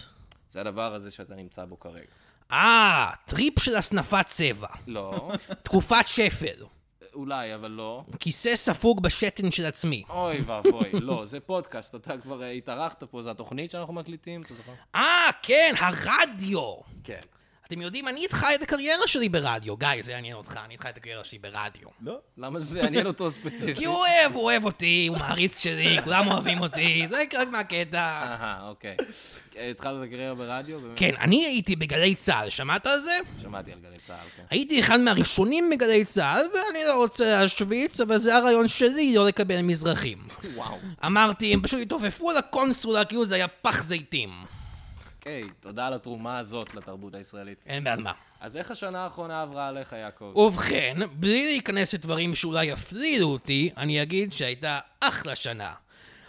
S1: זה הדבר הזה שאתה נמצא בו כרגע.
S2: אה, טריפ של הסנפת צבע,
S1: לא,
S2: תקופת שפל,
S1: <laughs> אולי, אבל לא.
S2: כיסא ספוג בשתן של עצמי.
S1: אוי ואבוי, לא, זה פודקאסט, אתה כבר אה, התארחת פה, זו התוכנית שאנחנו מקליטים, אתה זוכר?
S2: אה, כן, הרדיו.
S1: כן.
S2: אתם יודעים, אני אתחי את הקריירה שלי ברדיו. גיא, זה יעניין אותך, אני אתחי את הקריירה שלי ברדיו.
S5: לא.
S1: למה זה יעניין אותו ספציפית?
S2: כי הוא אוהב, הוא אוהב אותי, הוא מעריץ שלי, כולם אוהבים אותי, זה רק מהקטע.
S1: אהה, אוקיי. אה, התחלת את הקריירה ברדיו? באמת?
S2: כן, אני הייתי בגלי צה"ל, שמעת על זה?
S1: שמעתי על גלי צהל, כן.
S2: הייתי אחד מהראשונים בגלי צה"ל, ואני לא רוצה להשוויץ, אבל זה הרעיון שלי, לא לקבל מזרחים.
S1: וואו.
S2: אמרתי, הם פשוט התעופפו על הקונסולה כאילו זה היה פח זיתים.
S1: אוקיי, תודה על התרומה הזאת לתרבות הישראלית.
S2: אין בעד מה.
S1: אז איך השנה האחרונה עברה עליך, יעקב?
S2: ובכן, בלי להיכנס לדברים שאולי יפלילו אותי, אני אגיד שהייתה אחלה שנה.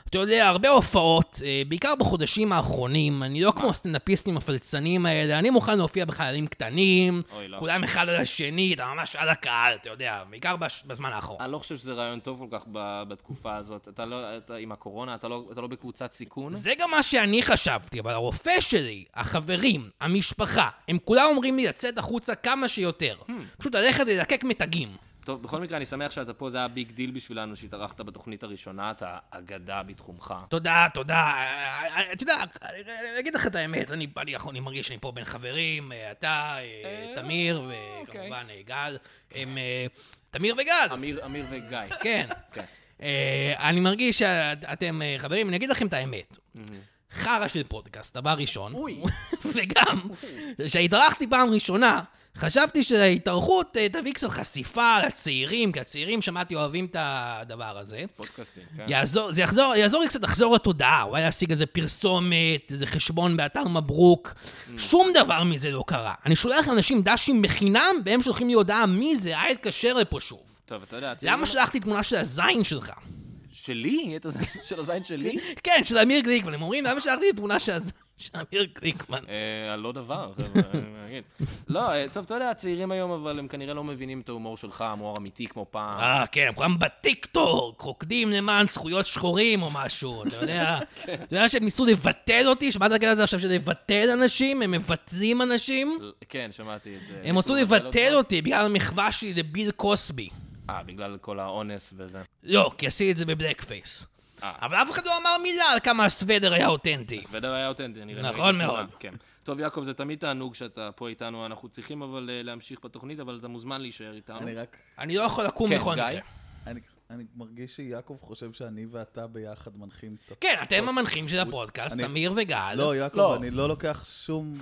S2: אתה יודע, הרבה הופעות, אה, בעיקר בחודשים האחרונים, אני לא כמו הסטנדאפיסטים הפלצנים האלה, אני מוכן להופיע בחיילים קטנים,
S1: אוי, לא.
S2: כולם אחד על השני, אתה ממש על הקהל, אתה יודע, בעיקר בש- בזמן האחרון.
S1: אני לא חושב שזה רעיון טוב כל כך ב- בתקופה הזאת. אתה לא, אתה עם הקורונה, אתה לא, אתה לא בקבוצת סיכון?
S2: זה גם מה שאני חשבתי, אבל הרופא שלי, החברים, המשפחה, הם כולם אומרים לי לצאת החוצה כמה שיותר. פשוט ללכת ללקק מתגים.
S1: טוב, בכל מקרה, אני שמח שאתה פה, זה היה ביג דיל בשבילנו שהתארחת בתוכנית הראשונה, אתה אגדה בתחומך.
S2: תודה, תודה. אה, אה, אתה יודע, אני- אני אגיד לך את האמת, אני בא לי, אני מרגיש שאני פה בין חברים, אה, אתה, אה, תמיר,
S1: אוקיי.
S2: וכמובן אה, גל. הם, אה, תמיר וגל,
S1: אמיר, אמיר וגיא.
S2: כן.
S1: אמ, כן.
S2: אה, אני מרגיש שאתם אה, חברים, אני אגיד לכם את האמת. חרא של פודקאסט, דבר ראשון.
S1: אוי.
S2: <laughs> וגם, כשהתארחתי פעם ראשונה, חשבתי שההתארחות אה, תביא קצת חשיפה לצעירים, כי הצעירים, שמעתי, אוהבים את הדבר הזה.
S1: פודקאסטים, כן.
S2: יעזור, זה יחזור, יעזור לי קצת לחזור לתודעה, אולי להשיג איזה פרסומת, איזה חשבון באתר מברוק. שום דבר מזה לא קרה. אני שולח לאנשים דשים בחינם, והם שולחים לי הודעה מי זה, היה התקשר לפה שוב.
S1: טוב, אתה יודע, הצעירים-
S2: למה שלחתי תמונה של הזין שלך?
S1: שלי? את הזין- של הזין שלי?
S2: כן, של אמיר גליקמן. הם אומרים, למה שלחתי תמונה של הזין של אמיר גליקמן?
S1: אה, על לא
S2: <laughs>
S1: דבר, חבר'ה, אני אגיד. לא, אה, טוב, אתה יודע, הצעירים היום, אבל הם כנראה לא מבינים את ההומור שלך, המואר אמיתי כמו פעם.
S2: אה, כן, הם כולם בטיקטוק, רוקדים למען זכויות שחורים או משהו, אתה יודע? אתה יודע שהם ניסו לבטל אותי? שמעת על זה עכשיו שזה לבטל אנשים? הם מבטלים אנשים?
S1: ל- כן, שמעתי את זה.
S2: הם רצו
S1: ניסו
S5: לא
S2: לבטל אותי בגלל המחווה שלי לביל קוסבי.
S1: אה, בגלל כל האונס וזה.
S2: לא, כי עשיתי את זה בבלק פייס.
S1: אה.
S2: אבל אף אחד לא אמר מילה על כמה הסוודר היה אותנטי.
S1: סוודר היה אותנטי, אני ראיתי
S2: נכון
S1: את
S2: מאוד.
S1: כולם, כן. טוב, יעקב, זה תמיד תענוג שאתה פה איתנו, אנחנו צריכים אבל אה, להמשיך בתוכנית, אבל אתה מוזמן להישאר איתנו.
S5: אני רק...
S2: אני לא יכול לקום
S1: כן,
S2: בכל
S1: גיא?
S2: מקרה.
S5: אני, אני מרגיש שיעקב חושב שאני ואתה ביחד מנחים את הפ...
S2: כן, אתם המנחים של הפודקאסט,
S5: אני-
S2: אמיר וגל.
S5: לא, יעקב,
S1: לא.
S5: אני לא לוקח
S2: <laughs>
S5: שום,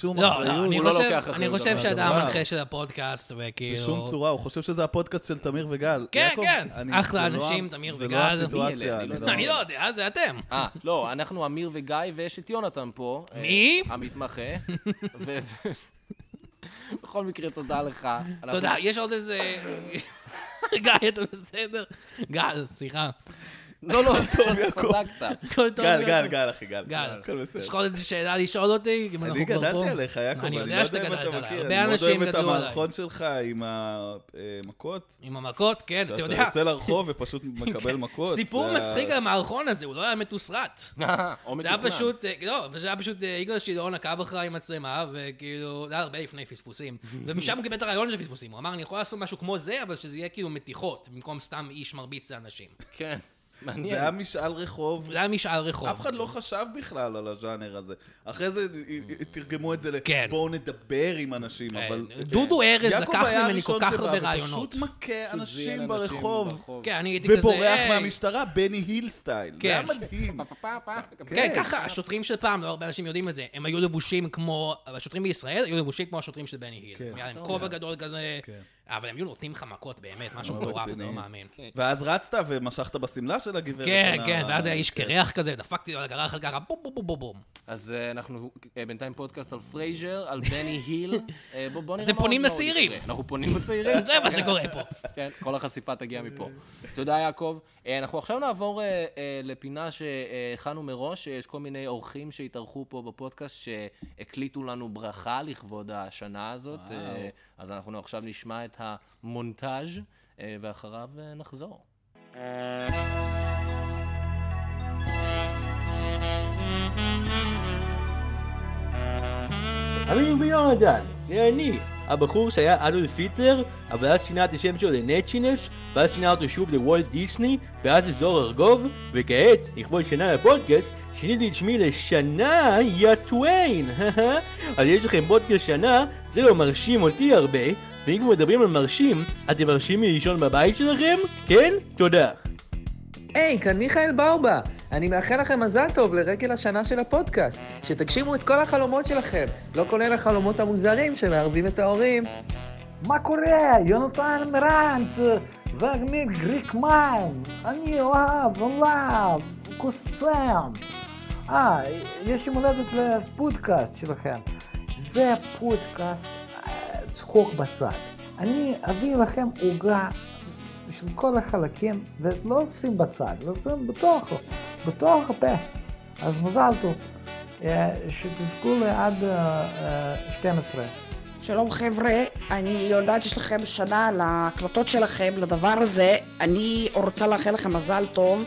S5: שום
S2: לא, לא,
S5: אחריות.
S2: אני
S1: הוא לא
S2: חושב-
S1: לוקח
S2: אני
S1: אחריות
S2: חושב
S1: על
S2: שאתה
S5: הדבר.
S2: המנחה של הפודקאסט, וכאילו...
S5: בשום צורה, הוא חושב שזה הפודקאסט של תמיר וגל.
S2: כאילו- כן,
S5: יעקב,
S2: כן,
S5: אני-
S2: אחלה
S5: זה לא
S2: אנשים,
S5: ה-
S2: תמיר
S5: זה לא
S2: וגל.
S1: מי אלה?
S5: הסיטואציה,
S1: אני
S5: אני
S1: לא
S5: לא...
S2: לא, אני לא יודע, זה אתם.
S1: אה, לא, אנחנו אמיר וגיא, ויש את יונתן פה. אה,
S2: מי?
S1: המתמחה. ו- ו- בכל מקרה, תודה לך. אנחנו-
S2: תודה, יש עוד איזה... <laughs> גיא, אתה בסדר? גל, סליחה.
S1: לא,
S2: <laughs>
S1: לא, צדקת.
S2: הכל טוב,
S5: גל, גל, גל, אחי, גל.
S2: לא, גל,
S5: הכל
S2: יש לך
S5: בסדר.
S2: עוד איזו שאלה לשאול אותי? אם אנחנו
S5: אני
S2: כבר
S5: גדלתי
S2: פה?
S5: עליך, יעקב, אני
S2: אני
S5: לא
S2: יודע שאתה
S5: יודע אם
S2: גדלת
S5: אתה
S2: עליי.
S5: מכיר.
S2: הרבה
S5: אני מאוד
S2: אנשים
S5: אוהב את
S2: גדלו עליי.
S5: המערכון שלך עם המכות.
S2: עם המכות, כן, אתה
S5: שאתה
S2: יודע. כן.
S5: יוצא לרחוב ופשוט מקבל מכות.
S2: סיפור
S5: זה ה-
S2: מצחיק על המערכון הזה, הוא לא היה מתוסרט.
S1: או
S2: זה היה
S1: מתוכנן.
S2: פשוט, אה, לא, זה היה פשוט אה, יגאל שילון עקב אחריי עם מצלמה, וכאילו, זה היה הרבה לפני פספוסים. ומשם הוא קיבל את הרעיון של פספוסים. הוא אמר, אני יכול לעשות משהו כמו זה, אבל שזה יהיה כאילו מתיחות, במקום סתם איש מרביץ לאנשים.
S1: כן,
S5: זה היה
S1: מעניין.
S5: משאל רחוב.
S2: זה היה משאל רחוב.
S5: אף אחד לא
S2: אוקיי.
S5: חשב בכלל על הז'אנר הזה. אחרי זה אה, תרגמו את זה ל...
S2: Mm. כן.
S5: בואו נדבר עם אנשים,
S2: אה,
S5: אבל... כן.
S2: דודו ארז
S5: יעקב
S2: לקח
S5: היה
S2: ממני כל
S5: הראשון
S2: כך
S5: שבא
S2: הרבה
S5: ופשוט
S2: רעיונות.
S5: מכה
S1: פשוט זיין
S5: אנשים
S1: אנשים
S5: ברחוב,
S2: כן, אני הייתי כזה,
S5: ובורח
S2: "היי".
S5: מהמשטרה, בני היל סטייל. זה
S2: כן.
S5: היה מדהים.
S2: <laughs> כן, ככה, השוטרים של פעם, לא הרבה אנשים יודעים את זה, הם היו לבושים כמו, השוטרים בישראל היו לבושים כמו השוטרים של בני היל.
S5: כן.
S2: היה להם כובע גדול כזה,
S5: כן.
S2: אבל הם היו נותנים לך מכות באמת, משהו
S5: מאוד
S2: מטורף,
S5: רציני.
S2: לא מאמין.
S5: ואז רצת ומשכת בשמלה של הגברת.
S2: כן,
S5: הנערה.
S2: כן, ואז היה איש קרח כזה, דפקתי לו על הגרח, ככה בום בום בום בום בום.
S1: אז אה, אנחנו אה, בינתיים פודקאסט על פרייזר, על בני היל. אה, בוא- בוא נראה
S2: אתם
S1: מה
S2: פונים
S1: עוד- מה עוד
S2: לצעירים.
S1: יקרה. אנחנו פונים לצעירים.
S2: זה מה שקורה לא פה.
S1: כן, כל החשיפה תגיע מפה. תודה, יעקב. אה, אנחנו עכשיו נעבור אה, אה, לפינה שהכנו מראש, שיש כל מיני אורחים שהתארחו פה בפודקאסט שהקליטו לנו ברכה לכבוד השנה הזאת. אה, אז אנחנו עכשיו נשמע את המונטאז' אה, ואחריו אה, נחזור.
S6: אמיר ויונתן, זה אני, הבחור שהיה אדולף היטלר, אבל אז שינה את השם שלו לנצ'ינש, ואז שינה אותו שוב לוולט דיסני, ואז לזוהר ארגוב, וכעת, לכבוד שנה לפודקאסט, שיניתי את שמי לשנה יא טוויין, <laughs> אז יש לכם פודקאסט שנה, זה לא מרשים אותי הרבה, ואם כבר מדברים על מרשים, אתם מרשים לי לישון בבית שלכם? כן? תודה.
S7: היי, כאן מיכאל באובה. אני מאחל לכם מזל טוב לרגל השנה של הפודקאסט. שתגשימו את כל החלומות שלכם, לא כולל החלומות המוזרים שמערבים את ההורים. מה קורה? יונתן מרנט ואגמיר גריקמן. אני אוהב, אוהב, קוסם. אה, יש יום הולדת לפודקאסט שלכם. זה פודקאסט אה, צחוק בצד. אני אביא לכם עוגה של כל החלקים, ולא עושים בצד, לא עושים בתוכו, בתוך הפה. אז מזל טוב, אה, שתזכו לעד אה, אה, 12.
S8: שלום חבר'ה, אני יודעת שיש לכם שנה להקלטות שלכם, לדבר הזה. אני רוצה לאחל לכם מזל טוב,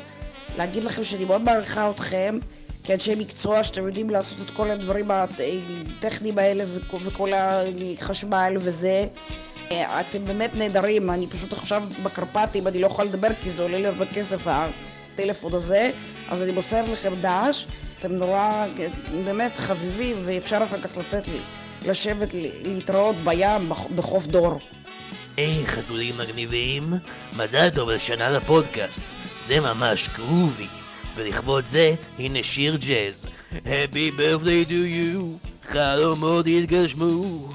S8: להגיד לכם שאני מאוד מעריכה אתכם, כאנשי מקצוע שאתם יודעים לעשות את כל הדברים הטכניים האלה וכ- וכל החשמל וזה. אה, אתם באמת נהדרים, אני פשוט עכשיו בקרפטים, אני לא יכולה לדבר כי זה עולה לי הרבה כסף הטלפון הזה, אז אני מוסר לכם דש, אתם נורא, אה, באמת חביבים ואפשר אחר כך לצאת לי. לשבת ל- להתראות בים, בח- בחוף דור.
S9: היי חתולים מגניבים, מזל טוב על שנה לפודקאסט, זה ממש גרובי, ולכבוד זה הנה שיר ג'אז. Happy birthday to you, חלומות יתגשמו,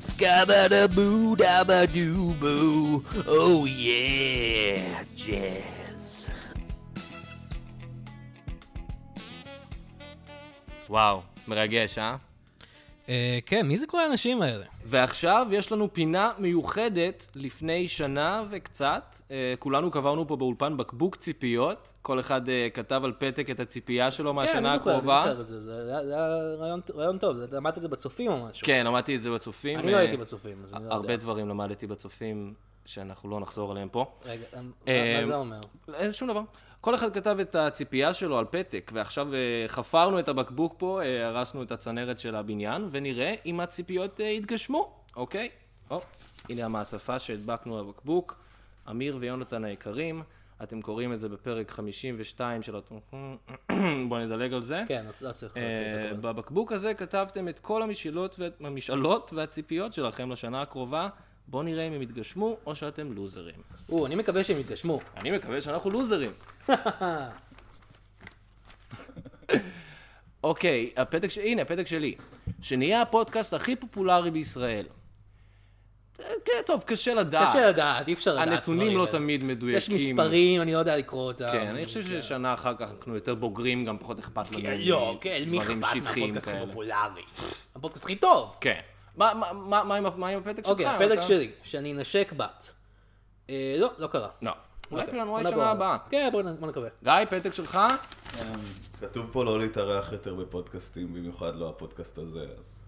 S9: סקאבדה בו דאבה דו בו, או יא, ג'אז.
S1: וואו, מרגש, אה?
S2: אה, כן, מי זה כל האנשים האלה?
S1: ועכשיו יש לנו פינה מיוחדת לפני שנה וקצת. אה, כולנו קברנו פה באולפן בקבוק ציפיות. כל אחד אה, כתב על פתק את הציפייה שלו מהשנה
S4: כן, אני זוכר, אני
S1: הקרובה.
S4: זוכר את זה, זה היה- זה היה רעיון- רעיון טוב, זה- למדת את זה בצופים או משהו.
S1: כן, למדתי את זה בצופים.
S4: אני לא
S1: אה,
S4: הייתי בצופים, אז אני לא
S1: הרבה
S4: יודע.
S1: דברים למדתי בצופים שאנחנו לא נחזור אליהם פה.
S4: רגע, מה-
S1: אה,
S4: מה זה אומר?
S1: אין אה, שום דבר. כל אחד כתב את הציפייה שלו על פתק, ועכשיו אה, חפרנו את הבקבוק פה, אה, הרסנו את הצנרת של הבניין, ונראה אם הציפיות אה, יתגשמו, אוקיי? או, הנה המעטפה שהדבקנו על הבקבוק. אמיר ויונתן היקרים, אתם קוראים את זה בפרק 52 של... הת- <coughs> בואו נדלג על זה.
S4: כן, לא- לא צריך...
S1: אה,
S4: להקריא את הכל.
S1: בבקבוק הזה כתבתם את כל המשאלות וה- המשאלות והציפיות שלכם לשנה הקרובה. בואו נראה אם הם יתגשמו או שאתם לוזרים.
S4: או, אני מקווה שהם יתגשמו.
S1: אני מקווה שאנחנו
S4: <laughs>
S1: לוזרים. אוקיי, הפתק ש... הנה, הפתק שלי. שנהיה הפודקאסט הכי פופולרי בישראל. כן, טוב, קשה לדעת.
S4: קשה לדעת, אי אפשר לדעת.
S1: הנתונים
S4: דברים
S1: לא
S4: האלה.
S1: תמיד מדויקים.
S4: יש מספרים, אני לא יודע לקרוא אותם.
S1: כן, אני חושב ששנה אחר כך אנחנו יותר בוגרים, גם פחות אכפת לנו.
S4: לא, כן, מי אכפת
S1: מדברים שטחיים
S4: מהפודקאסט הכי
S1: כאלה.
S4: פופולרי? הפודקאסט הכי טוב.
S1: כן. מה- מה- מה מה עם ה- מה עם הפתק שלך?
S4: אוקיי, הפתק
S1: אתה-
S4: שלי, שאני אנשק בת. אה, לא, לא קרה.
S1: לא. אולי
S4: אוקיי,
S1: פלנואל
S4: עונה
S1: שנה
S4: הבאה.
S1: הבאה.
S4: כן, בוא נ- בוא נקווה.
S1: גיא, פתק שלך?
S5: כתוב פה לא להתארח יותר בפודקאסטים, במיוחד לא הפודקאסט הזה, אז...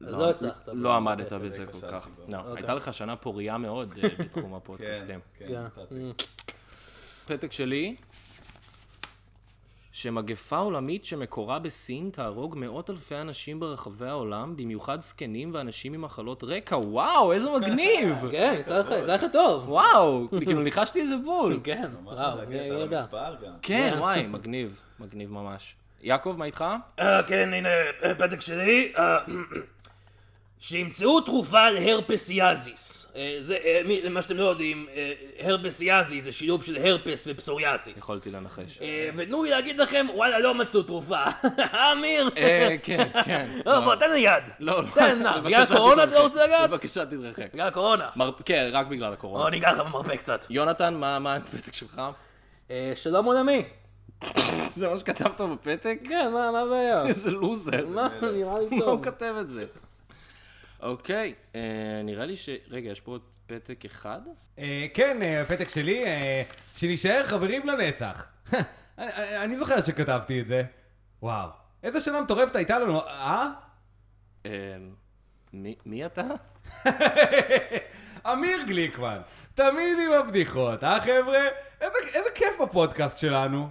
S4: אז לא הצלחת.
S1: לא עמדת בזה כל
S5: כשלתי
S1: כך.
S5: בו.
S1: לא,
S4: אוקיי.
S1: הייתה לך שנה פורייה מאוד <laughs> אה, בתחום הפודקאסטים.
S5: כן, נתתי.
S1: פתק שלי, שמגפה עולמית שמקורה בסין תהרוג מאות אלפי אנשים ברחבי העולם, במיוחד זקנים ואנשים עם מחלות רקע. וואו, איזה מגניב!
S4: <laughs> כן, יצא לך- יצא לך טוב.
S1: וואו, כאילו ניחשתי איזה בול.
S4: <laughs> כן,
S5: ממש
S4: וואו, אני
S5: מרגש
S4: לא
S5: על
S4: יודע.
S5: המספר גם.
S1: כן, וואי, מגניב, מגניב ממש. יעקב, מה איתך?
S2: אה, כן, הנה, אה, פתק שלי. אה, שימצאו תרופה להרפסיאזיס. אה, זה, אה, מי- למה שאתם לא יודעים, אה, הרפסיאזיס זה שילוב של הרפס ופסוריאסיס.
S1: יכולתי לנחש.
S2: אה, ותנו לי להגיד לכם, וואלה, לא מצאו תרופה. <laughs> אמיר!
S1: אה, כן, כן.
S2: לא, בוא, תן לי יד.
S1: לא, לא.
S2: תן נא,
S1: בבקשה,
S2: בגלל הקורונה
S1: תתרחק.
S2: אתה רוצה לגעת?
S1: בבקשה, תתרחק.
S2: בגלל הקורונה.
S1: מר- כן, רק בגלל
S2: או,
S1: הקורונה.
S2: אני אגע לך במרפא קצת.
S1: יונתן, מה מה הפתק
S2: <laughs>
S1: שלך?
S4: אה, שלום עולמי.
S1: זה מה שכתבת בפתק?
S4: כן, מה מה הבעיה?
S1: איזה לוזר.
S2: <laughs>
S4: מה, נראה לי
S1: מה הוא
S2: לא
S4: טוב.
S1: כתב את זה? אוקיי, אה, נראה לי ש... רגע, יש פה עוד פתק אחד?
S10: אה, כן, אה, הפתק שלי, אה, שנישאר חברים לנצח. <laughs> אני- אני אני זוכר שכתבתי את זה. וואו, איזה שנה מטורפת הייתה לנו, אה?
S1: אה, מי- מי אתה?
S10: אמיר גליקמן, תמיד עם הבדיחות, אה חבר'ה? איזה איזה כיף בפודקאסט שלנו.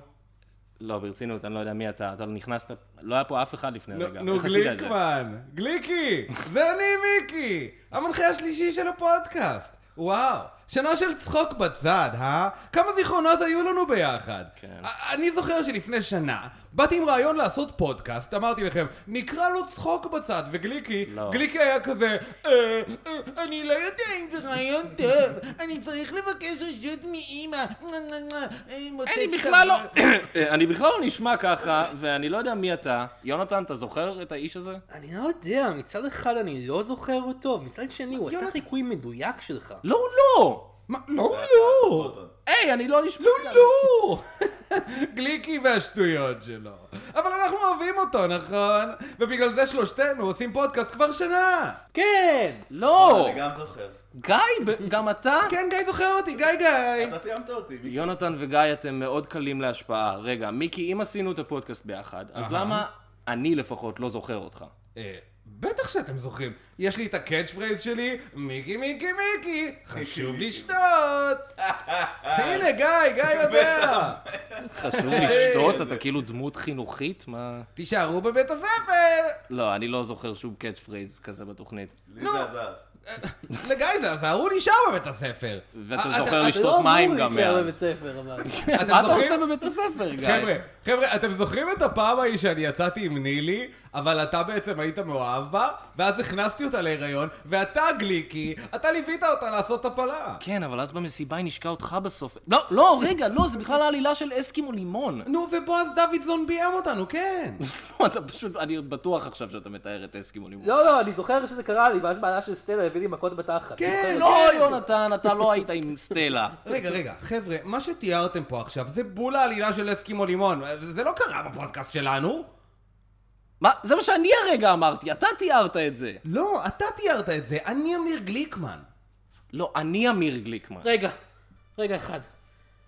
S1: לא, ברצינות, אני לא יודע מי אתה. אתה נכנסת... לא היה פה אף אחד לפני רגע.
S10: נו, נו
S1: איך עשית את זה?
S10: גליקמן, גליקי, זה אני מיקי, המנחה השלישי של הפודקאסט. וואו, שנה של צחוק בצד, אה? כמה זיכרונות היו לנו ביחד.
S1: כן.
S10: א- אני זוכר שלפני שנה, באתי עם רעיון לעשות פודקאסט, אמרתי לכם, נקרא לו צחוק בצד, וגליקי,
S1: לא.
S10: גליקי היה כזה, "אה, אה, אני לא יודע אם זה רעיון טוב, אני צריך לבקש רשות מאימא.
S1: אני בכלל לא... <coughs> אה, אני בכלל לא נשמע ככה, ואני לא יודע מי אתה. יונתן, אתה זוכר את האיש הזה?
S4: אני לא יודע, מצד אחד אני לא זוכר אותו, מצד שני הוא עשה חיקוי מדויק שלך.
S1: לא, הוא לא!
S10: מה? לא, לא.
S5: ספורטון.
S1: היי, אני לא נשמע ככה.
S10: לא! <laughs> גליקי והשטויות שלו. אבל אנחנו אוהבים אותו, נכון? ובגלל זה שלושתנו עושים פודקאסט כבר שנה.
S1: כן! לא!
S5: אני גם זוכר.
S1: גיא, ב-
S10: <laughs>
S1: גם אתה?
S10: אה, כן, גיא זוכר אותי, גיא גיא.
S5: אתה תיאמת אותי. מיקי.
S1: יונתן וגיא, אתם מאוד קלים להשפעה. רגע, מיקי, אם עשינו את הפודקאסט ביחד, אז
S10: אהה.
S1: למה אני לפחות לא זוכר
S10: <laughs>
S1: אותך?
S10: אה, בטח שאתם זוכרים. יש לי את הקאץ' פרייז שלי, מיקי מיקי מיקי, חשוב לשתות. הנה, גיא, גיא יודע.
S1: חשוב לשתות? אתה כאילו דמות חינוכית? מה...
S10: תישארו בבית הספר.
S1: לא, אני לא זוכר שום קאץ' פרייז כזה בתוכנית.
S5: לי זה עזר.
S10: לגיא זה עזר, הוא נשאר בבית הספר.
S1: ואתה
S10: אה,
S1: זוכר
S10: אתה
S1: לשתות מים גם
S4: אתה לא אמור להישאר
S1: מאז.
S4: בבית ספר, אבל.
S10: אתם
S1: מה אתה
S10: זוכרים?
S1: עושה בבית הספר, גיא?
S10: חבר'ה, חבר'ה, אתם זוכרים את הפעם ההיא שאני יצאתי עם נילי, אבל אתה בעצם היית מאוהב בה, ואז הכנסתי אותה להיריון, ואתה, גליקי, אתה ליווית אותה לעשות הפלה.
S1: כן, אבל אז במסיבה היא נשקה אותך בסוף. לא, לא, רגע, לא, זה בכלל העלילה של אסקימו לימון. <laughs>
S10: נו, ובועז דוידזון ביים אותנו, כן.
S1: לא, אתה פשוט, אני בטוח עכשיו שאתה מתאר את אסקימו לימון.
S4: לא, לא, אני זוכר שזה קרה לי, ואז בעלה של סטלה הביא לי מכות בתחת.
S10: כן,
S1: לא, יונתן, אתה לא היית עם סטלה.
S10: רגע, רגע, חבר'ה, מה שתיארתם פה עכשיו זה בול העלילה של אסקימו לימון. זה לא קרה בפודקאסט שלנו.
S1: מה, זה מה שאני הרגע אמרתי, אתה תיארת את זה.
S10: לא, אתה תיארת את זה, אני אמיר גליקמן.
S1: לא, אני אמיר גליקמן.
S4: רגע, רגע אחד.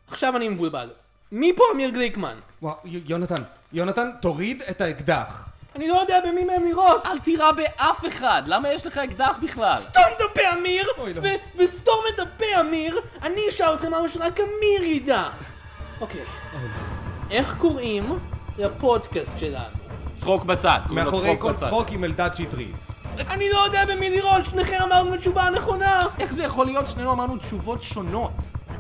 S4: עכשיו אני מבולבל. מי פה אמיר גליקמן?
S10: וואו, י- יונתן, יונתן, תוריד את האקדח.
S4: אני לא יודע במי מהם לראות.
S1: אל תירה באף אחד, למה יש לך אקדח בכלל?
S4: סתום את הפה אמיר,
S10: אוי, לא.
S4: ו- וסתום את הפה אמיר, אני אשאל אתכם משהו שרק אמיר ידע. אוקיי. איך קוראים לפודקאסט שלנו?
S1: צחוק בצד. קוראים לו
S10: מאחורי כל
S1: בצד.
S10: צחוק עם אלדד שטרית.
S4: אני לא יודע במי לראות, שניכם אמרנו את התשובה הנכונה!
S1: איך זה יכול להיות שנינו אמרנו תשובות שונות?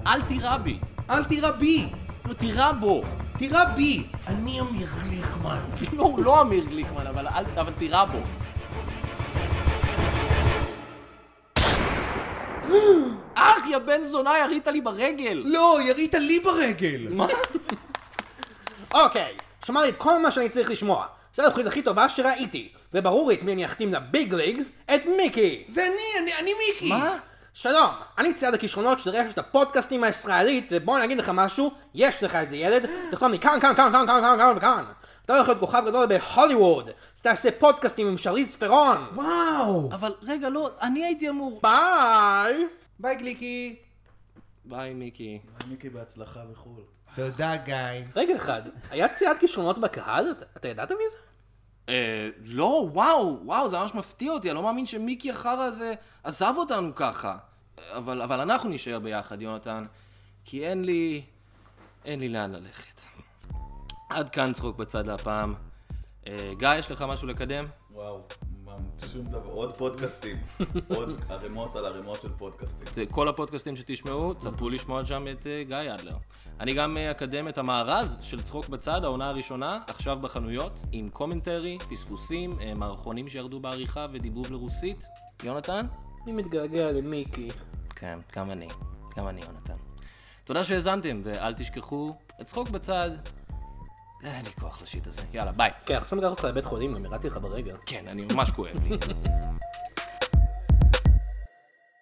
S1: אל תירה בי.
S10: אל תירא בי!
S1: לא, תירה בו. <laughs>
S10: תירא בי! אני אמיר גליקמן.
S1: לא, הוא לא אמיר גליקמן, אבל, אל- אבל תירה בו. אח, יא בן זונה, ירית לי ברגל!
S10: לא, ירית לי ברגל!
S1: מה?
S4: אוקיי, שמעתי את כל מה שאני צריך לשמוע. זו התוכנית הכי טובה שראיתי, וברור את מי אני אחתים לביג ליגס, את מיקי!
S10: זה אני, אני, אני מיקי!
S1: מה?
S4: שלום, אני צייד הכישרונות של רשת הפודקאסטים הישראלית, ובוא אני אגיד לך משהו, יש לך את זה ילד, תחתום לי כאן, כאן, כאן, כאן, כאן, כאן, כאן, וכאן. אתה הולך להיות כוכב גדול בהוליווד, תעשה פודקאסטים עם שריז פרון.
S10: וואו!
S1: אבל רגע, לא, אני הייתי אמור...
S4: ביי!
S10: ביי גליקי!
S1: ביי, מיקי.
S5: מיקי בהצלחה בחו"ל.
S10: תודה גיא.
S4: רגע אחד, היה צייד כישרונות בקהל? אתה- אתה ידעת מי זה?
S1: אה, לא, וואו, וואו, זה ממש מפתיע אותי, אני לא מאמין שמיקי החרא הזה עזב אותנו ככה. אבל, אבל אנחנו נישאר ביחד, יונתן, כי אין לי... אין לי לאן ללכת. עד כאן צחוק בצד להפעם. אה, גיא, יש לך משהו לקדם?
S5: וואו, מה, שום דבר. עוד פודקאסטים. עוד ערימות על ערימות של פודקאסטים.
S1: את אה, כל הפודקאסטים שתשמעו, צפו לשמוע שם את אה, גיא אדלר. אני גם אה, אקדם את המארז של צחוק בצד, העונה הראשונה, עכשיו בחנויות, עם קומנטרי, פספוסים, אה, מערכונים שירדו בעריכה ודיבוב לרוסית. יונתן?
S4: אני מתגעגע למיקי.
S1: כן, גם אני. גם אני, יונתן. תודה שהאזנתם, ואל תשכחו, הצחוק בצד. אה, אין לי כוח לשיט הזה. יאללה, ביי.
S4: כן, אנחנו צריכים לקחת אותך לבית חולים, גם ירדתי לך ברגע.
S1: כן, אני ממש כואב לי.